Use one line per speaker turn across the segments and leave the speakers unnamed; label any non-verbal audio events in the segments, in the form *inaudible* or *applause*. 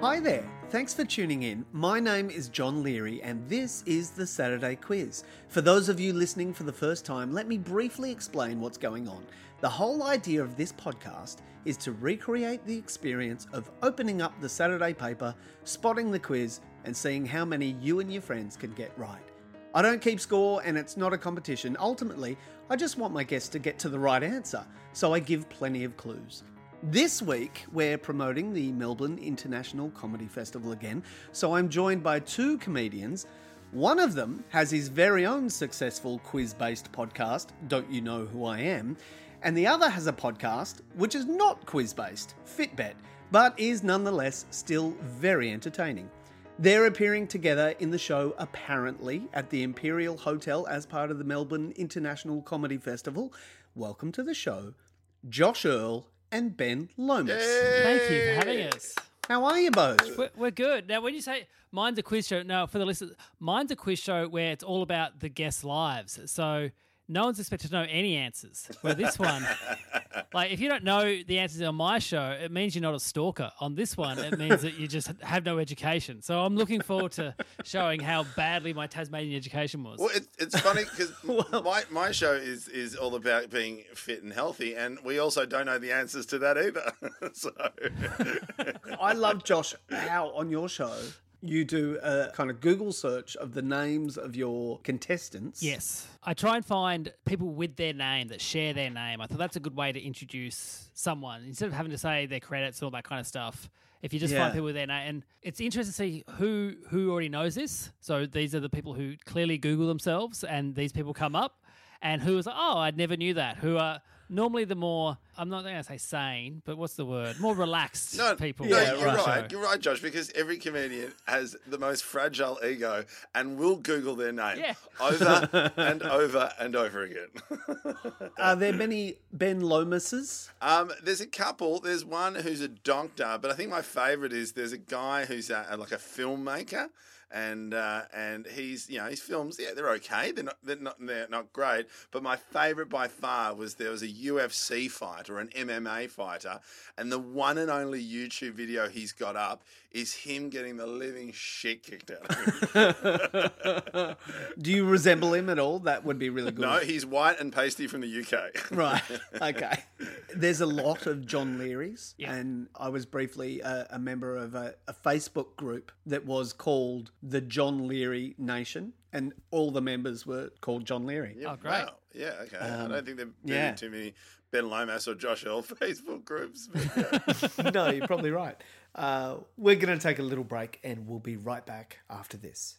Hi there. Thanks for tuning in. My name is John Leary, and this is the Saturday Quiz. For those of you listening for the first time, let me briefly explain what's going on. The whole idea of this podcast is to recreate the experience of opening up the Saturday paper, spotting the quiz, and seeing how many you and your friends can get right. I don't keep score and it's not a competition. Ultimately, I just want my guests to get to the right answer, so I give plenty of clues. This week, we're promoting the Melbourne International Comedy Festival again, so I'm joined by two comedians. One of them has his very own successful quiz based podcast, Don't You Know Who I Am? And the other has a podcast which is not quiz based, Fitbet, but is nonetheless still very entertaining. They're appearing together in the show Apparently at the Imperial Hotel as part of the Melbourne International Comedy Festival. Welcome to the show, Josh Earl and Ben Lomas.
Thank you for having us.
How are you both?
We're, we're good. Now, when you say mine's a quiz show, now for the listeners, mine's a quiz show where it's all about the guests' lives. So no one's expected to know any answers. Where this one, like if you don't know the answers on my show, it means you're not a stalker. On this one, it means that you just have no education. So I'm looking forward to showing how badly my Tasmanian education was.
Well, it, it's funny because my, my show is, is all about being fit and healthy, and we also don't know the answers to that either. *laughs* so,
I love Josh how on your show you do a kind of Google search of the names of your contestants.
Yes. I try and find people with their name that share their name. I thought that's a good way to introduce someone instead of having to say their credits and all that kind of stuff. If you just
Yeah.
find people with their name, and it's interesting to see who who already knows this. So these are the people who clearly Google themselves, and these people come up, and who is like, oh, I never knew that. Who are normally the more I'm not going to say sane, but what's the word? More relaxed
no,
people.
no,
on
you're
the show.
right. You're right, Josh, because every comedian has the most fragile ego and will Google their name
Yeah. *laughs*
over and over and over again.
Are there many Ben Lomases?
Um, there's a couple. There's one who's a doctor, but I think my favourite is there's a guy who's a, like a filmmaker, and uh, and he's you know his films yeah they're okay they're not they're not they're not great. But my favourite by far was there was a UFC fighter, an MMA fighter, and the one and only YouTube video he's got up is him getting the living shit kicked out of him.
Do you resemble him at all? That would be really good.
no, he's white and pasty from the *laughs*
*laughs*
UK.
Right. Okay. There's a lot of John Leary's,
Yeah.
and I was briefly a, a member of a, a Facebook group that was called the John Leary Nation, and all the members were called John Leary.
Yeah,
Oh, great. Um,
wow. Yeah, okay. I don't think there have been
yeah.
too many Ben Lomas or Josh Earl *laughs* Facebook groups. but,
*laughs*
yeah.
*laughs* no, you're probably right. Uh, we're going to take a little break, and we'll be right back after this.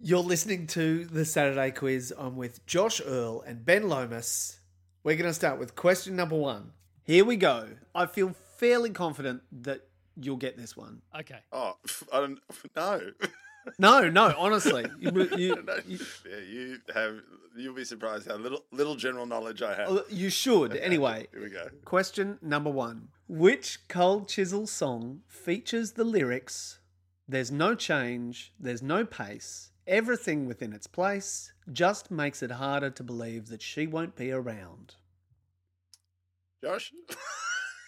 You're listening to the Saturday Quiz. I'm with Josh Earl and Ben Lomas. We're going to start with question number one. Here we go. I feel fairly confident that you'll get this one.
Okay.
Oh, I don't know. *laughs*
No, no, honestly. You, you, you,
yeah, you have. You'll be surprised how little little general knowledge I have.
uh, you should. Anyway,
Here we go.
question number one Which Cold Chisel song features the lyrics There's no change, there's no pace, everything within its place just makes it harder to believe that she won't be around?
Josh. *laughs*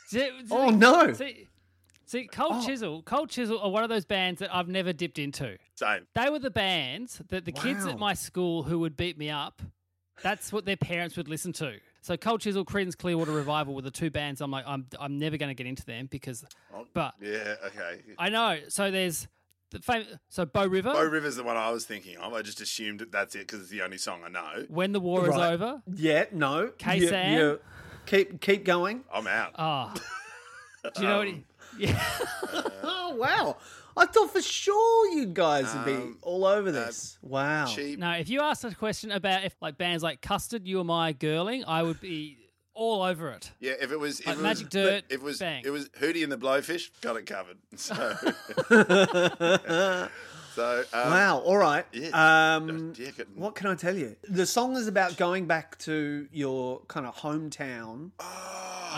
See- see-
Oh, no. Oh.
see, See, Cold Chisel, Cold Chisel are one of those bands that I've never dipped into.
Same.
They were the bands that the kids
Wow.
at my school who would beat me up, that's what their parents would listen to. So Cold Chisel, Creedence Clearwater Revival were the two bands I'm like, I'm, I'm never going to get into them because,
Oh,
but
Yeah, okay.
I know. So there's the fam- so Bow River,
Bow River's the one I was thinking of. I just assumed that that's it because it's the only song I know.
When the War
Right.
Is Over.
Yeah, no.
K.
You-
Sam?
you- keep keep going.
I'm out.
Ah, do you know what? He,
Um,
yeah,
Oh wow. I thought for sure you guys would be
Um,
all
uh,
over this. wow.
Cheap.
no. If you asked a question about if like bands like Custard, You Are My Girling, I would be all over it.
Yeah, if it was if
Like
it
Magic
was,
Dirt,
if it was
bang.
it was Hootie and the Blowfish, got it covered. *laughs*
*laughs*
So, so um,
Wow. All right.
Yeah.
Um,
Yeah, good.
what can I tell you? The song is about going back to your kind of hometown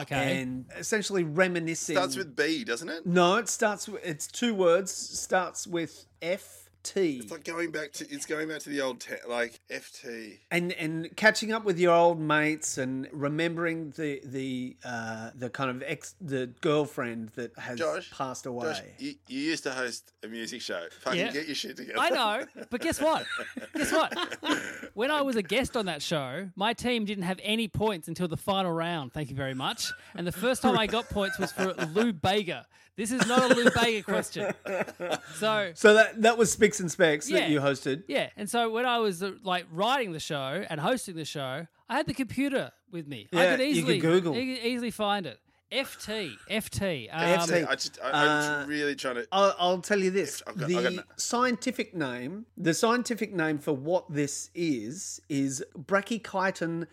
Okay,
and essentially reminiscing.
starts with B, doesn't it?
No, it starts. With, it's two words. Starts with F T.
It's like going back to it's going back to the old te- like FT.
and and catching up with your old mates and remembering the the uh, the kind of ex the girlfriend that has
Josh
passed away.
Josh, you, you used to host a music show. Fucking
Yeah.
get your shit together.
I
*laughs*
know, but guess what? Guess what? When I was a guest on that show, my team didn't have any points until the final round. Thank you very much. And the first time I got points was for Lou Bega. This is not a Lou Bega question. So
so that that was Spicks and Specks
Yeah.
that you hosted.
Yeah, and so when I was uh, like writing the show and hosting the show, I had the computer with me. I
Yeah,
could
you could
easily
Google.
I could easily find it. FT, FT. Um,
FT.
I just, I, I'm
Uh,
really trying to.
I'll, I'll tell you this:
I've got-
the
I've got no-
scientific name, the scientific name for what this is, is Brachychiton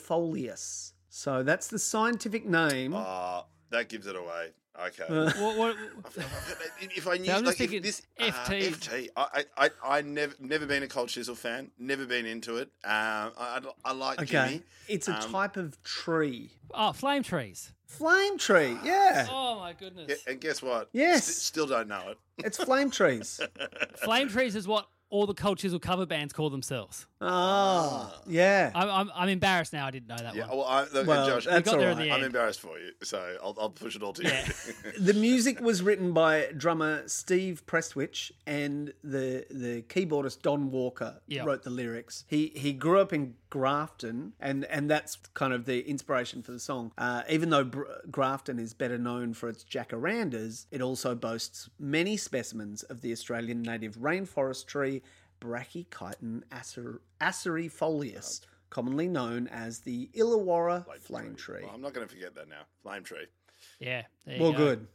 acerifolius. So that's the scientific name.
Ah, that gives it away. Okay.
Uh,
*laughs*
what, what,
if I knew,
I'm just
like,
thinking
if this
FT.
uh, FT, I, I, I- I never, never been a cold chisel fan. Never been into it. Um, I, I, I like
okay,
Jimmy. Um,
it's a type of tree,
oh, flame trees.
flame tree. Yeah,
*laughs*
Oh my goodness,
Yeah, And guess what?
Yes.
St- still don't know it.
it's flame trees.
flame trees is what all the cold chisel cover bands call themselves.
Oh, yeah.
I'm, I'm, I'm embarrassed now. I didn't know that
Yeah.
one.
Well, I, look,
Well,
Josh,
that's
got there
all
in the
right.
end.
I'm embarrassed for you, so I'll, I'll push it all to
Yeah.
you. *laughs*
*laughs* The music was written by drummer Steve Prestwich and the the keyboardist Don Walker
Yeah.
wrote the lyrics. He he grew up in Grafton, and and that's kind of the inspiration for the song. Uh, even though Br- Grafton is better known for its jacarandas, it also boasts many specimens of the Australian native rainforest tree Brachychiton acer- acerifolius. Commonly known as the Illawarra flame tree.
Well, I'm not going to forget that now. Flame tree.
yeah. there you
Well,
go.
good.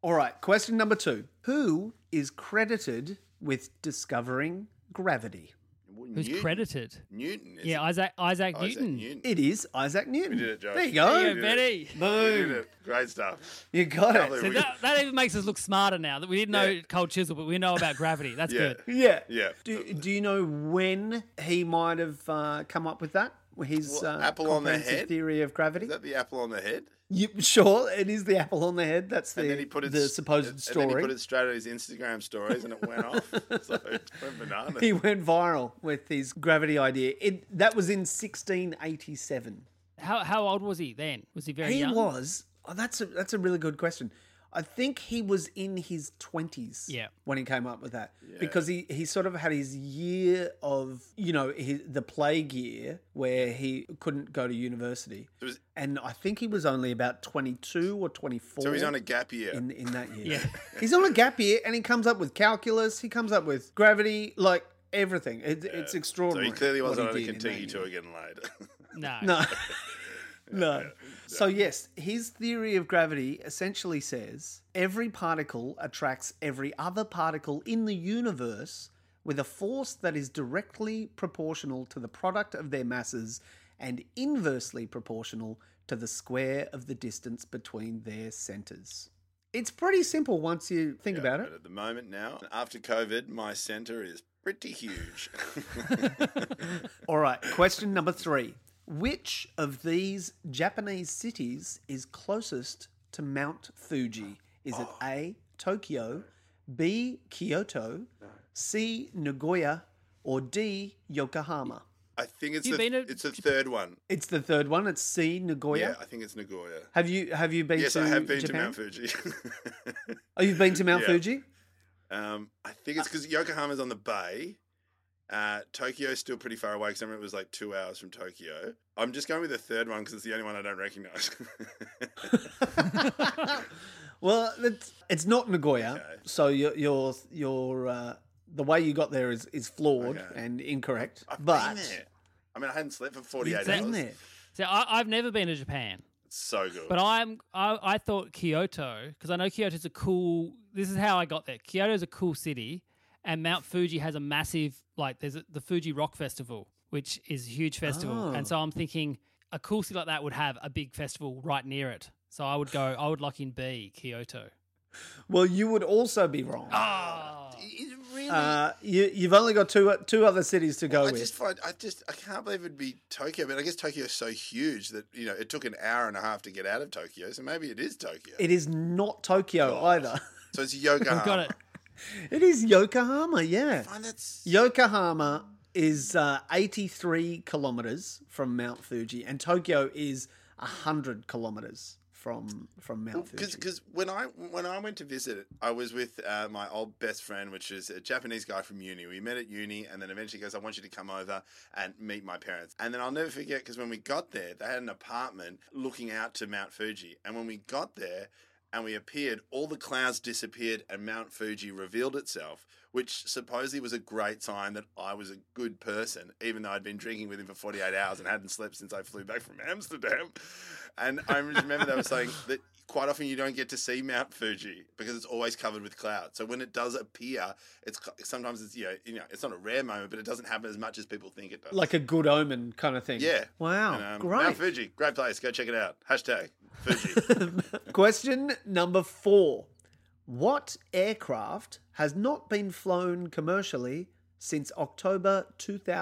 All right. Question number two: Who is credited with discovering gravity?
Well,
Who's
Newton-
credited?
Newton. Is
Yeah, Isaac Isaac,
Isaac
Newton.
Newton.
It is Isaac Newton.
did it, Josh.
There you
There
go.
you go, Betty.
You did it. Great stuff.
You got
Can't
it.
believe
See, *laughs*
we-
that, that even makes us look smarter now that we didn't know
Yeah.
cold chisel, but we know about gravity. That's
Yeah.
good.
Yeah.
Yeah.
Do, do you know when he might have uh, come up with that? His
Well,
uh,
apple on the
comprehensive
head?
theory of gravity.
Is that the apple on the head?
You, sure, it is the apple on the head. That's the,
and then he put it
the supposed
and,
story.
And then he put it straight on his Instagram stories, and it went off. So it went bananas.
*laughs* he went viral with his gravity idea. It, that was in 1687.
How how old was he then? Was he very
He
young?
was. Oh, that's a that's a really good question. I think he was in his twenties.
Yeah.
When he came up with that, because he he sort of had his year of you know his, the plague year where he couldn't go to university,
was-
and I think he was only about twenty two or twenty four.
so he's on a gap year.
in, in that year.
*laughs*
Yeah.
he's on a gap year, and he comes up with calculus. He comes up with gravity, like everything. It, It's
so
extraordinary.
he clearly
what
wasn't
he
on a
did in that
Kentucky
year.
tour again later.
No.
*laughs* No. no. So, yes, his theory of gravity essentially says every particle attracts every other particle in the universe with a force that is directly proportional to the product of their masses and inversely proportional to the square of the distance between their centers. It's pretty simple once you think about it.
*laughs* but at the moment now, after COVID, my centre is pretty
*laughs*
huge.
All right, question number three. Which of these Japanese cities is closest to Mount Fuji? Is it A, Tokyo, B, Kyoto, C, Nagoya, or D, Yokohama?
I think it's
You've
the,
been to
it's the third one.
It's the third one. It's C Nagoya.
Yeah, I think it's Nagoya.
Have you have you Oh, been
Yes,
to
I have been
Japan?
to Mount Fuji. *laughs*
Oh, you've been to Mount
Yeah.
Fuji?
um, I think it's because Yokohama's on the bay. Uh, Tokyo's still pretty far away because I remember it was like two hours from Tokyo. I'm just going with the third one because it's the only one I don't recognize. *laughs*
Well, it's, it's not Nagoya. So your your your uh, the way you got there is is flawed
Okay.
and incorrect.
I've
but
been there. I mean, I hadn't slept for 48
you've
hours.
been there.
So I, I've never been to Japan,
It's so good.
but I'm I, I thought Kyoto because I know Kyoto's a cool. This is how I got there. Kyoto's a cool city, and Mount Fuji has a massive like there's a, the Fuji Rock Festival, which is a huge festival, and so I'm thinking a cool city like that would have a big festival right near it. So I would go. I would lock in B Kyoto.
Well, you would also be wrong.
It's really.
Uh, you you've only got two two other cities to go
I
with.
just find I just I can't believe it'd be Tokyo, but I guess Tokyo's so huge that you know it took an hour and a half to get out of Tokyo, so maybe it is Tokyo.
It is not Tokyo either. *laughs*
so it's Yokohama.
Got it.
It is Yokohama. Yeah,
And that's
Yokohama is uh, 83 kilometers from Mount Fuji, and Tokyo is 100 kilometers from from Mount Fuji.
because when I when I went to visit, I was with uh, my old best friend, which is a Japanese guy from uni. We met at uni, and then eventually he goes, "I want you to come over and meet my parents." And then I'll never forget because when we got there, they had an apartment looking out to Mount Fuji, and when we got there. And we appeared, all the clouds disappeared, and Mount Fuji revealed itself, which supposedly was a great sign that I was a good person, even though I'd been drinking with him for 48 hours and hadn't slept since I flew back from Amsterdam. And I remember they were saying that quite often you don't get to see Mount Fuji because it's always covered with clouds. So when it does appear, it's cl- sometimes it's you know, you know it's not a rare moment, but it doesn't happen as much as people think it does.
like a good omen kind of thing.
yeah,
Wow.
And, um, Mount
great.
Fuji, great place. Go check it out. Hashtag Fuji.
*laughs* Question number four. What aircraft has not been flown commercially since October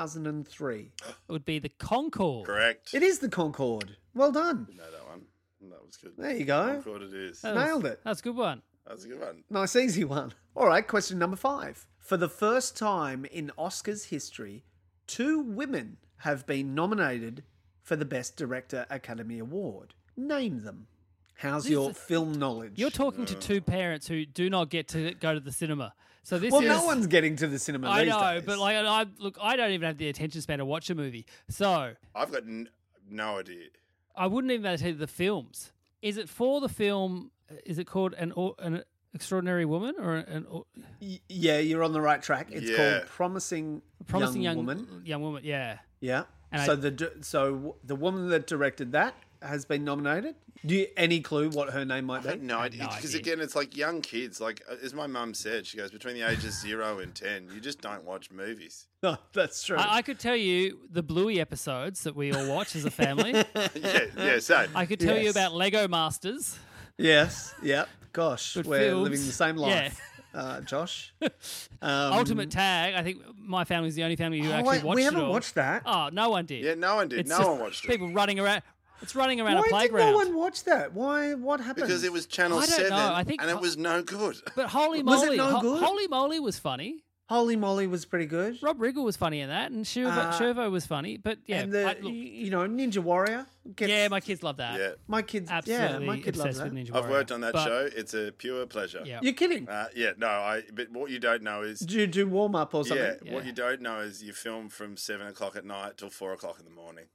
2003?
It would be the Concorde.
Correct.
It is the Concorde. Well done.
No, that one. That was good.
There you go.
Concord it is.
That was-
Nailed it.
That's a good one.
That's a good one.
Nice, easy one. All right, question number five. For the first time in Oscars history, two women have been nominated for the Best Director Academy Award. Name them. How's your film knowledge?
You're talking to two parents who do not get to go to the cinema. So this
well,
is
no one's getting to the cinema.
I
these
know,
days.
but like, I, look, I don't even have the attention span to watch a movie, so
I've got n- no idea.
I wouldn't even be able to tell you the films. Is it for the film? uh, Is it called an Or- an extraordinary woman or an Or-
Y- yeah, you're on the right track. It's
Yeah.
called Promising,
promising young,
Woman.
Young woman, yeah.
Yeah.
And
so
I-
the di- so w- the woman that directed that has been nominated. Do you any clue what her name might
But
be?
no,
no
because
idea.
again, it's like young kids. Like uh, as my mum said, she goes between the ages zero and ten. You just don't watch movies.
*laughs*
*laughs*
No, that's true.
I, I could tell you the Bluey episodes that we all watch as
*laughs*
a family.
yeah, yeah. So
*laughs* I could tell you
Yes.
about Lego Masters.
Yes. Yep. Gosh,
Good
we're
films.
living the same life, uh,
*laughs*
Josh. Um,
Ultimate Tag. I think my family's the only family who
oh,
actually
wait,
watched
we
it
haven't
all.
watched that.
Oh, no one did.
yeah, no one did.
It's
no
just
one watched it
people running around. It's running around a
Why did
playground.
no one watch that? Why? What happened?
because it was Channel
I don't know,
Seven,
I think-
and it was no good.
But holy moly,
Was it no
Ho-
good?
holy moly was funny.
Holy Molly was pretty good,
Rob Riggle was funny in that, and Shervo,
Uh,
Shervo was funny. But yeah,
and the
I-
y-
look,
you know Ninja Warrior. Gets,
yeah, my kids love that.
*laughs* yeah,
my kids.
absolutely
yeah, my kid loves
obsessed
that.
with Ninja
I've
Warrior.
worked on that
But-
show. It's a pure pleasure.
Yeah.
You're kidding?
Uh, yeah. No, I. But what you don't know is.
do you do warm up or something?
Yeah, what
Yeah.
you don't know is you film from seven o'clock at night till four o'clock in the morning,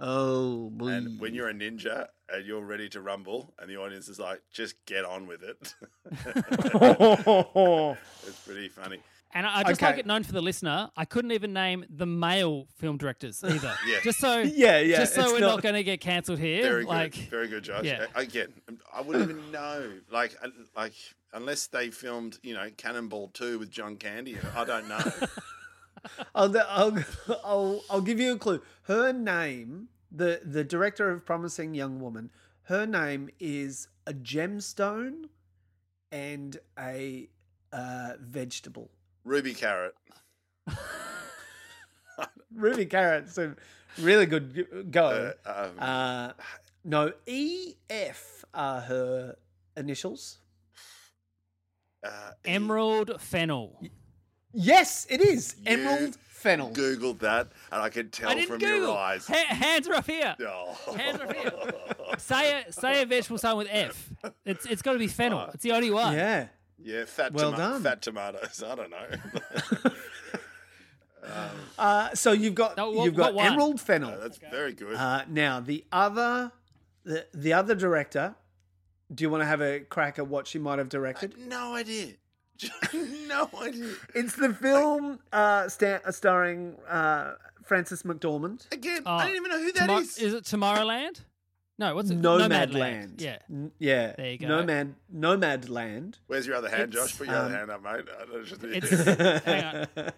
Oh, boy.
and
*laughs*
Mm.
when you're a ninja and you're ready to rumble, and the audience is like, "Just get on with it." *laughs* it's pretty funny.
And I, I just
Okay.
like it known for the listener. I couldn't even name the male
*laughs*
film directors either.
Yeah.
Just so
Yeah, yeah,
Just so
it's
we're not,
not-
going to get cancelled here. *laughs*
Very
like
good, very good, Josh.
yeah.
A- Again, I wouldn't even know. Like, uh, like unless they filmed, you know, Cannonball Two with John Candy, in it, I
*laughs*
don't know.
*laughs* I'll, I'll, *laughs* I'll, I'll give you a clue. Her name, the, the director of Promising Young Woman, her name is a gemstone and a uh, vegetable.
Ruby Carrot.
Ruby Carrot's a really good go.
Um,
Uh, no, EF are her initials.
uh,
Emerald Fennel.
Yes, it is. Emerald fennel.
Googled that, and I could tell
I didn't
Oh, from
Google.
your eyes.
Ha- hands are up here.
*laughs* Oh.
Hands are up here.
*laughs*
say a say a vegetable starting with F. It's it's got to be
Oh.
fennel. It's the only one.
Yeah.
Yeah, fat,
Well
toma-
done.
fat tomatoes. I don't know. *laughs*
Uh, so you've got
No, what-
you've got
what one?
emerald fennel.
That's very good.
Uh, now the other the, the other director. Do you want to have a crack at what she might have directed?
no idea. *laughs* no idea.
Uh, It's the film uh, sta- uh, starring uh, Frances McDormand.
Again,
Oh,
I don't even know who that
Tomo-
is.
it Tomorrowland? No, what's it?
Nomad
Nomadland.
Land.
Yeah.
yeah.
There you go.
Nomad Nomad Land.
Where's your other hand,
It's, um,
Josh? Put your other hand up, mate. I don't- just-
It's hang on.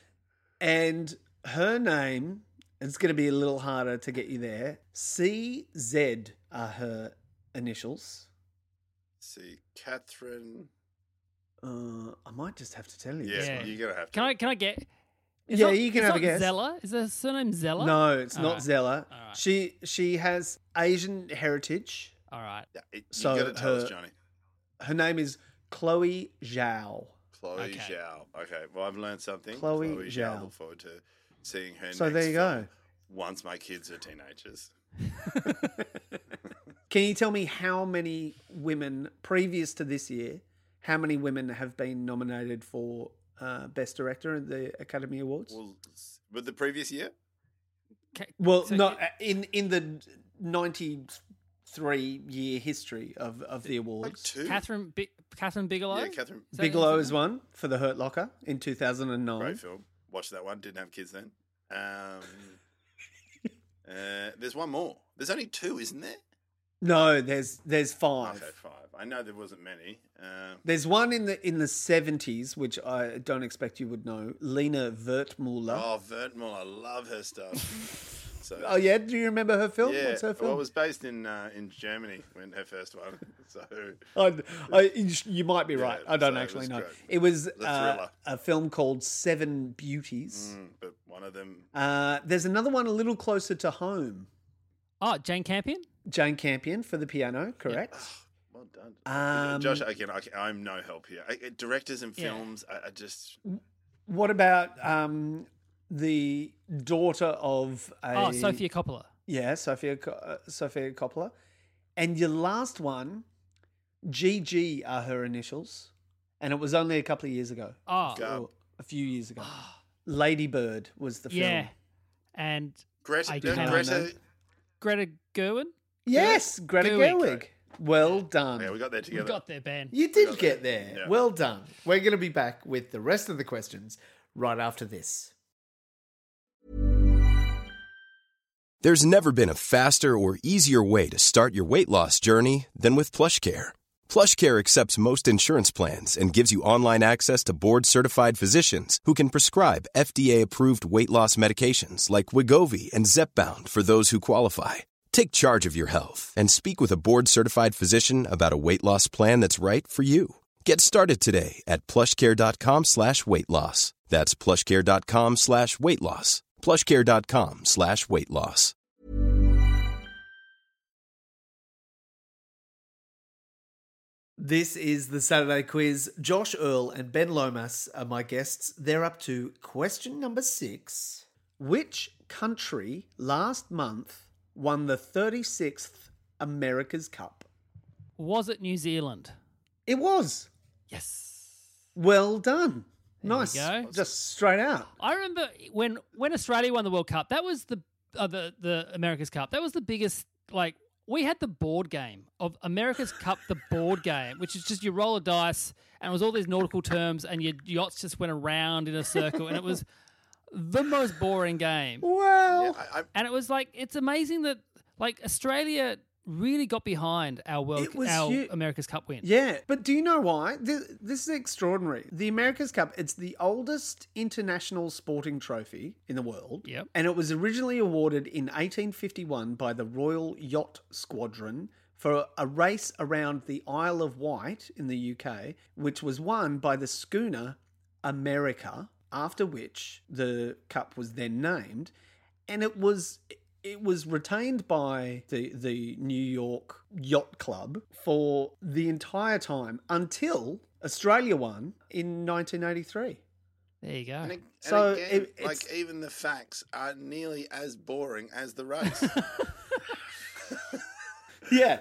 *laughs* and her name. It's going to be a little harder to get you there. C Z are her initials.
*laughs* see, Catherine.
Uh, I might just have to tell you.
Yeah,
this
Yeah.
one.
you're gonna have to.
Can I can I get? it's
yeah,
not-
you can
it's
have
not
a guess.
Zella is her surname Zella?
No, it's
All
not
right.
Zella.
All right.
She she has Asian heritage.
All right.
Yeah, it- you
So
gotta tell us,
her-
Johnny.
Her name is Chloe Zhao.
Chloe
Okay.
Zhao. Okay, well, I've learned something.
Chloe Zhao.
Look forward to seeing her.
So
next
there you
film
go.
Once my kids are teenagers.
Can you tell me how many women previous to this year? How many women have been nominated for uh, best director at the Academy Awards? Well,
Well, s- with the previous year,
Ca- so
no,
you-
uh, in in the ninety-three year history of of the
like
awards,
two.
Catherine Bi- Catherine Bigelow.
Yeah, Catherine.
Is that-
Bigelow
is
is
that-
one for The Hurt Locker in two thousand and nine.
Great film. Watched that one. Didn't have kids then.
*laughs*
Um, uh, there's one more. There's only two, isn't there?
No, there's there's five.
Okay, five. I know there wasn't many. Um,
There's one in the in the seventies, which I don't expect you would know. Lena Vertmuller. Oh,
oh, Vertmull, I love
*laughs*
her stuff. So,
yeah, do you remember her film?
yeah.
What's her
Well,
film?
it was based in uh, in Germany when her first one. *laughs* So
*laughs* I, I, you might be right.
Yeah,
I don't
so it
actually
was
know.
great.
It was
a
uh,
thriller.
a film called Seven Beauties.
Mm, but one of them,
Uh, there's another one a little closer to home.
Oh, Jane Campion.
Jane Campion for the piano, correct?
Ah, well done,
Um,
Josh. Again, I, can- I'm no help here. I, directors and
Yeah.
films, I, I just
What about um, the daughter of a
Oh, Sophia Coppola.
Yeah, Sophia Co- uh, Sophia Coppola. And your last one, GG are her initials, and it was only a couple of years ago,
Oh,
Gub.
or a few years ago. Lady Bird was the film.
yeah. And
Greta.
I
no,
cannot
Greta.
Greta Gerwin.
Yes, Greta
Gerwig.
Gerwig. Well done.
Yeah, we got there
We
together.
got their band.
you did get there.
Yeah.
Well done. We're going to be back with the rest of the questions right after this.
There's never been a faster or easier way to start your weight loss journey than with PlushCare. PlushCare accepts most insurance plans and gives you online access to board-certified physicians who can prescribe FDA-approved weight loss medications like Wigovi and Zepbound for those who qualify. Take charge of your health and speak with a board-certified physician about a weight loss plan that's right for you. Get started today at plushcare.com slash weight loss. That's plushcare.com slash weight loss. Plushcare.com slash weight loss.
This is the Saturday quiz. Josh Earl and Ben Lomas are my guests. They're up to question number six. Which country last month won the 36th America's Cup?
Was it New Zealand?
It was.
Yes.
Well done.
you
nice.
go.
Just straight out.
I remember when when Australia won the World Cup. That was the uh, the the America's Cup. That was the biggest like we had the board game of America's Cup, the board game, which is just you roll a dice and it was all these nautical terms and your yachts just went around in a circle and it was the most boring game.
Well,
Yeah, I, I,
And it was like it's amazing that like Australia really got behind our world
It was
our
hu-
America's Cup win.
Yeah, but do you know why? This, this is extraordinary. The America's Cup, it's the oldest international sporting trophy in the world.
Yep.
And it was originally awarded in 1851 by the Royal Yacht Squadron for a race around the Isle of Wight in the UK, which was won by the schooner America, after which the cup was then named. And it was it was retained by the the New York Yacht Club for the entire time until Australia won in 1983.
There you go.
And, ag- and
So
again,
it- it's-
like even the facts are nearly as boring as the race.
Yeah.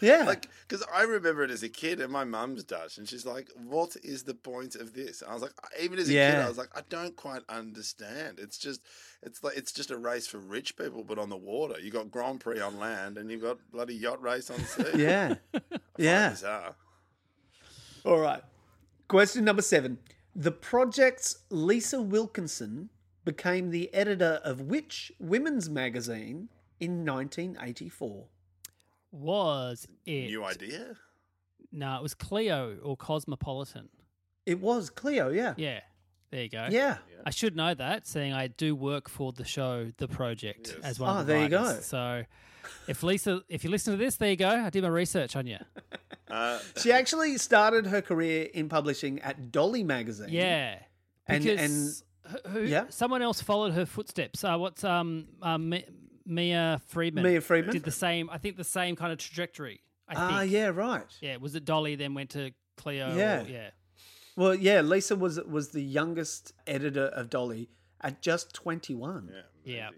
Yeah. *laughs*
like because I remember it as a kid, and my mum's Dutch, and she's like, "What is the point of this?" And I was like, I- even as a kid,
Yeah.
I was like, I don't quite understand. It's just, it's like it's just a race for rich people, but on the water. You got Grand Prix on land, and you got bloody yacht race on sea.
*laughs* yeah. Yeah.
Bizarre.
All right. Question number seven. The project's Lisa Wilkinson became the editor of which women's magazine in 1984?
Was it?
New idea.
No, it was Clio or Cosmopolitan.
It was Clio, yeah.
Yeah. There you go.
Yeah.
I should know that, seeing I do work for the show, The Project, as one
Ah,
of the
there you go.
writers. So, if Lisa, if you listen to this, there you go. I did my research on you.
Uh,
She actually started her career in publishing at Dolly magazine.
Yeah,
And-
because who- who,
yeah.
someone else followed her footsteps. Uh, what's um, um Mi- Mia Friedman?
Mia Friedman.
did the same. I think the same kind of trajectory. I
Ah,
think.
yeah, right.
Yeah, was it Dolly then went to Clio? or-
Yeah.
yeah.
Well, yeah, Lisa was was the youngest editor of Dolly at just 21.
yeah.
Yeah.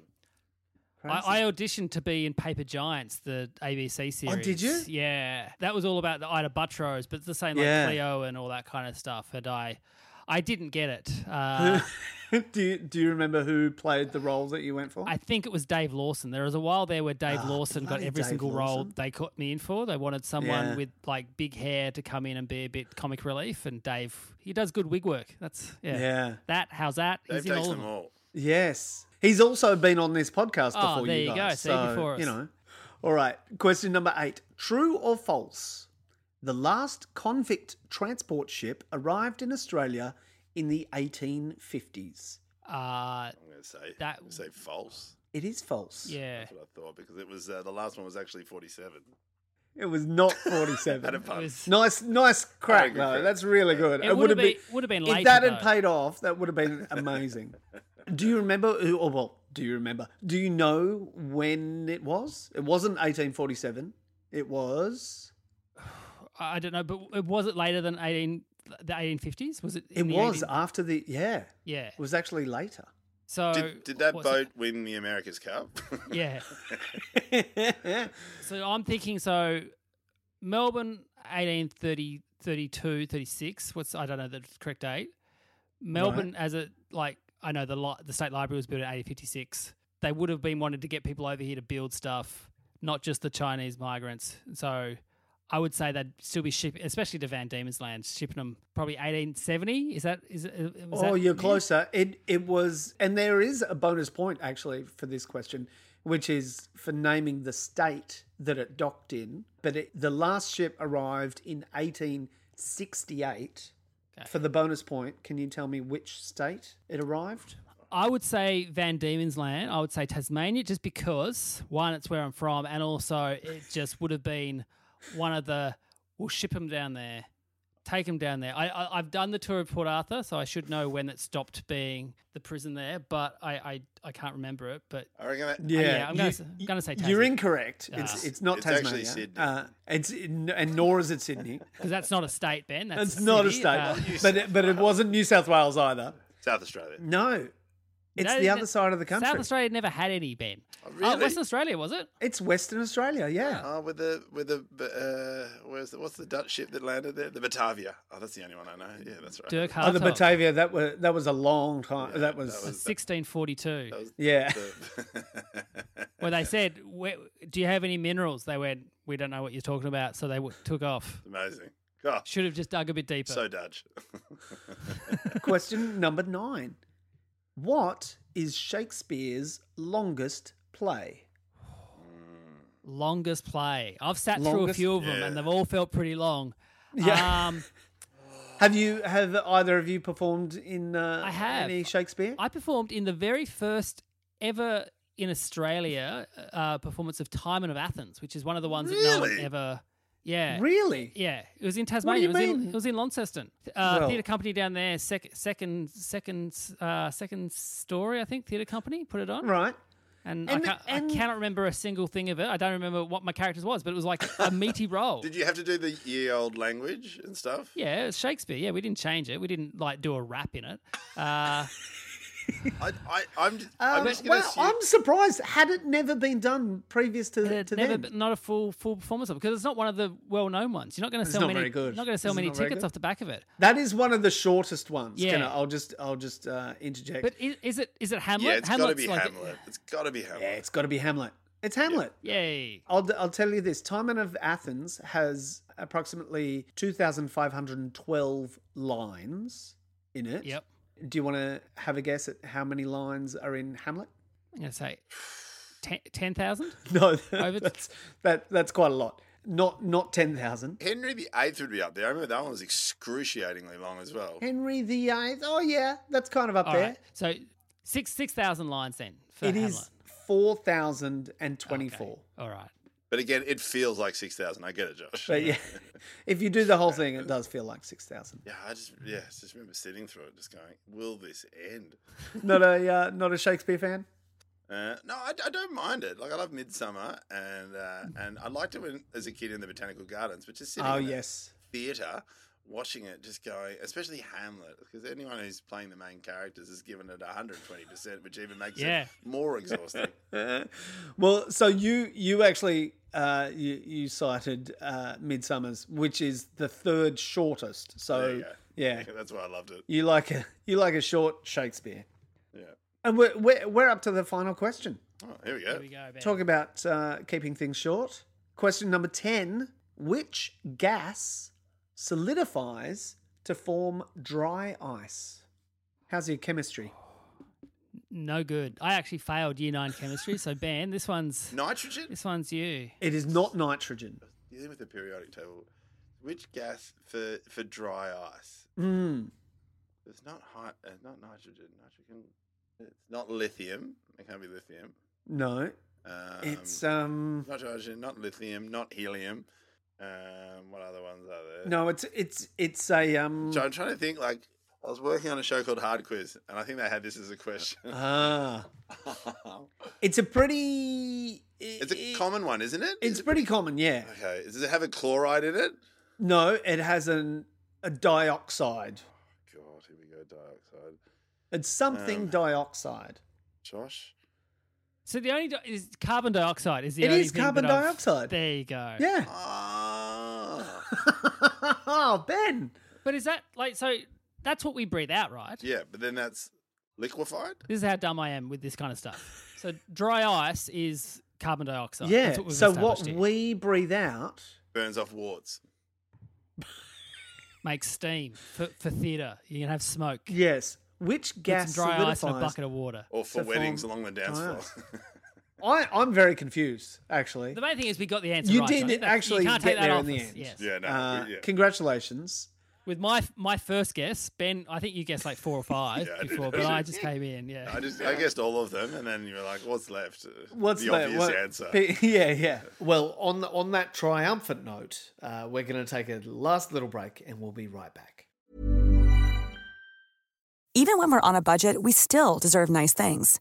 amazing.
I, I auditioned to be in Paper Giants, the ABC series.
Oh, did you?
Yeah, that was all about the Ida Buttrose, but it's the same like
Yeah.
Cleo and all that kind of stuff. And I, I didn't get it.
*laughs*
Uh,
do you, do you remember who played the role that you went for?
I think it was Dave Lawson. There was a while there where Dave Lawson got
Ah, bloody
every
Dave
single role
Lawson.
they caught me in for. They wanted someone
Yeah.
with like big hair to come in and be a bit comic relief. And Dave, he does good wig work. That's yeah.
Yeah.
That how's that?
Dave
He's in
takes
all of
them
them.
all.
Yes. He's also been on this podcast
Oh,
before
there
you
you
guys.
go. See,
so,
before
you
us.
know. All right. Question number 8. True or false? The last convict transport ship arrived in Australia in the 1850s.
Uh,
I'm going to say
That-
I'm gonna say false.
It is false.
yeah.
That's what I thought because it was uh, the last one was actually 47. *laughs*
It was
*laughs*
not
Had a
47.
pun.
was-
nice nice
Had a
crack
good
though.
crack.
That's really good.
It would have been would have been
If
later.
that had
though.
paid off, that would have been amazing. do you remember? who- Or well, do you remember? Do you know when it was? It wasn't 1847. It was.
I I don't know, but w- was it later than eighteen the eighteen fifties? Was it?
It
in the
was
18
after the yeah.
yeah.
It was actually later.
So
Did, did that
what's
boat
it-
win the America's Cup? *laughs*
Yeah. *laughs* So I'm thinking. So Melbourne, 1830, 32, 36. What's I don't know the correct date. Melbourne as a like I know the li- the state library was built in 1856. They would have been wanted to get people over here to build stuff, not just the Chinese migrants. So I would say they'd still be shipping, especially to Van Diemen's Land, shipping them probably 1870. Is that is? it- uh, was
oh,
that
you're
near?
closer. It it was, and there is a bonus point actually for this question, which is for naming the state that it docked in. But it, the last ship arrived in 1868. For the bonus point, can you tell me which state it arrived?
I would say Van Diemen's Land. I would say Tasmania, just because one, it's where I'm from, and also it just would have been one of the. We'll ship them down there, take them down there. I, I I've done the tour of Port Arthur, so I should know when it stopped being the prison there, but I I, I can't remember it. But
I reckon that,
yeah, I'm gonna s- gonna say Ah.
you're
Tassie.
incorrect. It's it's not
It's
Tasmania.
actually Sydney.
Uh, it's and nor is it
*laughs*
Sydney.
because that's not a state, Ben. That's
it's not a
city.
state,
Uh,
but it, but it wasn't New South Wales either.
South Australia.
No, it's
no,
the
no,
other side of the country.
South Australia never had any, Ben. Oh,
really?
Western Australia was it?
It's Western Australia, yeah.
Oh, with the with the uh, where's the, what's the Dutch ship that landed there? The Batavia. Oh, that's the only one I know. Yeah, that's right.
Dirk
Oh, the
Hartog,
Batavia that was that was a long time. that, was,
1642.
yeah,
Well, they said, "Where- "Do you have any minerals?" They went, "We don't know what you're talking about," so they w- took off.
Amazing. Gosh,
Should have just dug a bit deeper.
so Dutch.
*laughs* Question number nine: What is Shakespeare's longest play?
Longest play. I've sat through a
Longest-
few of them, and they've all felt pretty long.
Yeah. *laughs*
Um,
Have you have either of you performed in uh,
I have.
any Shakespeare?
I performed in the very first ever in Australia uh, performance of Timon of Athens, which is one of the ones that no one
Really?
ever. Yeah.
really?
Yeah, it was in Tasmania.
you
it, was
mean?
In, it was in Launceston. Uh,
Well-
theatre company down there, sec- second, second, uh, second story, I think. Theatre company put it on.
Right.
And,
And
I, can't,
the- and-
I cannot remember a single thing of it. I don't remember what my characters was, but it was like
*laughs*
a meaty role.
Did you have to do the year old language and stuff?
yeah, it's Shakespeare. Yeah, we didn't change it. We didn't like do a
*laughs*
rap in it. Uh,
I, I, I'm, I'm
Um,
just going
well,
to assume.
I'm surprised. Had it never been done previous to,
it
to
never,
then?
but not a full full performance of it because it's not one of the well known ones. You're not going to sell
not
many.
very good.
you're Not going to sell
It's
many
not very
tickets
good.
off the back of it.
That is one of the shortest ones.
Yeah.
Can I, will just I'll just uh, interject.
But is, is it is it Hamlet?
yeah, it's got to
Hamlet's
be
like-
Hamlet. It's got to be Hamlet.
yeah, it's got to be Hamlet. It's Hamlet.
Yay!
I'll, I'll tell you this Timon of Athens has approximately 2,512 lines in it.
Yep.
Do you want to have a guess at how many lines are in Hamlet? *laughs*
I'm going to say ten- ten thousand.
No,
*laughs* Over-
that's, that, that's quite a lot. Not, not 10,000.
Henry VIII would be up there. I remember that one was excruciatingly long as well.
Henry VIII. Oh, yeah, that's kind of up
All
there.
right. So six six thousand lines then for
It
Hamlet.
is 4,024.
All right.
But again, it feels like 6,000. I get it, Josh.
But yeah, *laughs* if you do the whole thing, it does feel like 6,000.
Yeah, I just yeah, I just remember sitting through it, just going, "Will this end?"
Not a, uh, not a Shakespeare
*laughs*
fan?
Uh, no, I, I don't mind it. Like I love Midsummer, and uh, and I liked it when as a kid in the Botanical Gardens, but just sitting
Oh,
in the
yes.
theater watching it, just going, especially Hamlet, because anyone who's playing the main characters is given it 120, percent which even makes
Yeah.
it more exhausting. *laughs*
Well, so you you actually uh, you, you cited uh, Midsummer's, which is the third shortest. So yeah,
that's why I loved it.
you like a you like a short Shakespeare.
Yeah.
And we're we're, we're up to the final question.
Oh, here we go.
Here we go. Ben.
Talk about uh, keeping things short. Question number ten: Which gas solidifies to form dry ice? How's your chemistry?
No good. I actually failed year nine chemistry. So Ben, this one's
Nitrogen.
this one's you.
It is not nitrogen.
Dealing with the periodic table, which gas for for dry ice?
Mm.
It's not high, uh, not nitrogen. Nitrogen. It's not lithium. It can't be lithium.
No,
Um,
it's um.
not nitrogen, not lithium, not helium. Um, what other ones are there?
No, it's it's it's a um.
So I'm trying to think. Like I was working on a show called Hard Quiz, and I think they had this as a question.
*laughs* Ah, it's a pretty.
it's a common one, isn't it?
It's
Is it-
pretty common, yeah.
okay. Does it have a chloride in it?
No, it has an a dioxide.
God, here we go. Dioxide.
It's something
Um,
dioxide.
Josh.
So the only di- is carbon dioxide is the
It
only
is
thing
carbon
that I've-
dioxide.
There you go.
Yeah. *laughs*
Ah.
oh, Ben.
But is that like so? That's what we breathe out, right?
yeah, but then that's liquefied.
This is how dumb I am with this kind of stuff. So dry ice is carbon dioxide.
yeah.
That's what we've
so what
established here.
we breathe out.
Burns off warts.
makes steam for, for theatre. You can have smoke.
Yes. Which
Get
gas
some dry ice and a
solidifies-
bucket of water.
Or for
So
weddings
from Oh,
along the dance
dry
floor.
ice. *laughs* I I'm very confused actually.
The main thing is we got the answer
You
right.
did
Johnny.
it actually
You can't
get
take that
there
off
in the
us.
end.
Yes.
yeah, no.
Uh,
yeah.
Congratulations.
With my my first guess, Ben, I think you guessed like four or five
*laughs* Yeah, I did.
before, but I just came in. Yeah.
I just, I guessed all of them, and then you were like, "What's left?" Uh,
What's
the
that?
obvious
What-
answer?
Pe- *laughs* Yeah, yeah. Well, on the, on that triumphant note, uh, we're going to take a last little break, and we'll be right back.
Even when we're on a budget, we still deserve nice things.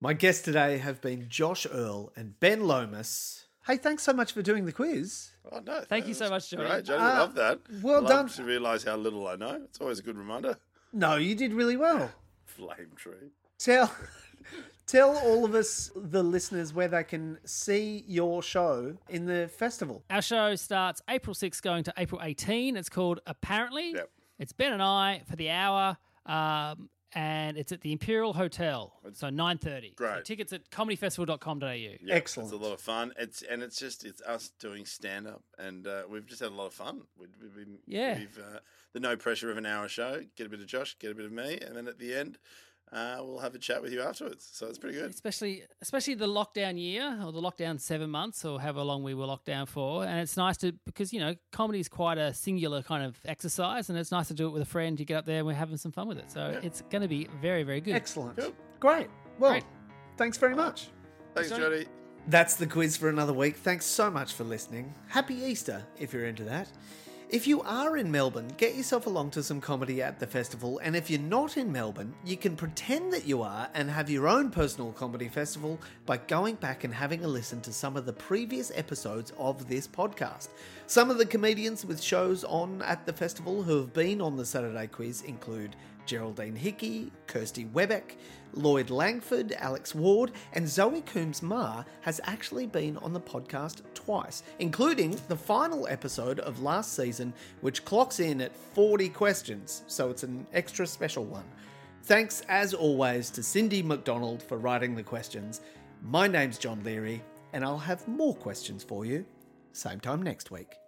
My guests today have been Josh Earl and Ben Lomas. Hey, thanks so much for doing the quiz.
Oh no!
Thank you so much,
that's
Johnny.
Great, Johnny,
Uh,
love that.
well
Love
done.
To realise how little I know, it's always a good reminder. *laughs*
No, you did really well.
Flame tree.
*laughs* Tell tell all of us the listeners where they can see your show in the festival.
Our show starts April 6th, going to April 18. It's called Apparently.
Yep.
It's Ben and I for the hour, um, and it's at the Imperial Hotel, so 9.30. So
Great.
tickets at comedyfestival.com.au.
Yeah,
Excellent.
It's a lot of fun. It's and it's just it's us doing stand up, and uh, we've just had a lot of fun. We've, we've been
Yeah.
We've, uh, the no pressure of an hour show. Get a bit of Josh, get a bit of me, and then at the end, uh, we'll have a chat with you afterwards. So it's pretty good.
especially especially the lockdown year or the lockdown seven months or however long we were locked down for. And it's nice to because you know comedy is quite a singular kind of exercise, and it's nice to do it with a friend. You get up there and we're having some fun with it, so it's going to be very very good.
Excellent.
Cool.
Great. Well,
Great.
thanks very much.
Thanks, Jody.
That's the quiz for another week. Thanks so much for listening. Happy Easter if you're into that. If you are in Melbourne, get yourself along to some comedy at the festival. And if you're not in Melbourne, you can pretend that you are and have your own personal comedy festival by going back and having a listen to some of the previous episodes of this podcast. Some of the comedians with shows on at the festival who have been on the Saturday quiz include Geraldine Hickey, Kirsty Webbeck, Lloyd Langford, Alex Ward, and Zoe Coombs Ma has actually been on the podcast twice, including the final episode of last season, which clocks in at 40 questions, so it's an extra special one. Thanks, as always, to Cindy McDonald for writing the questions. My name's John Leary, and I'll have more questions for you same time next week.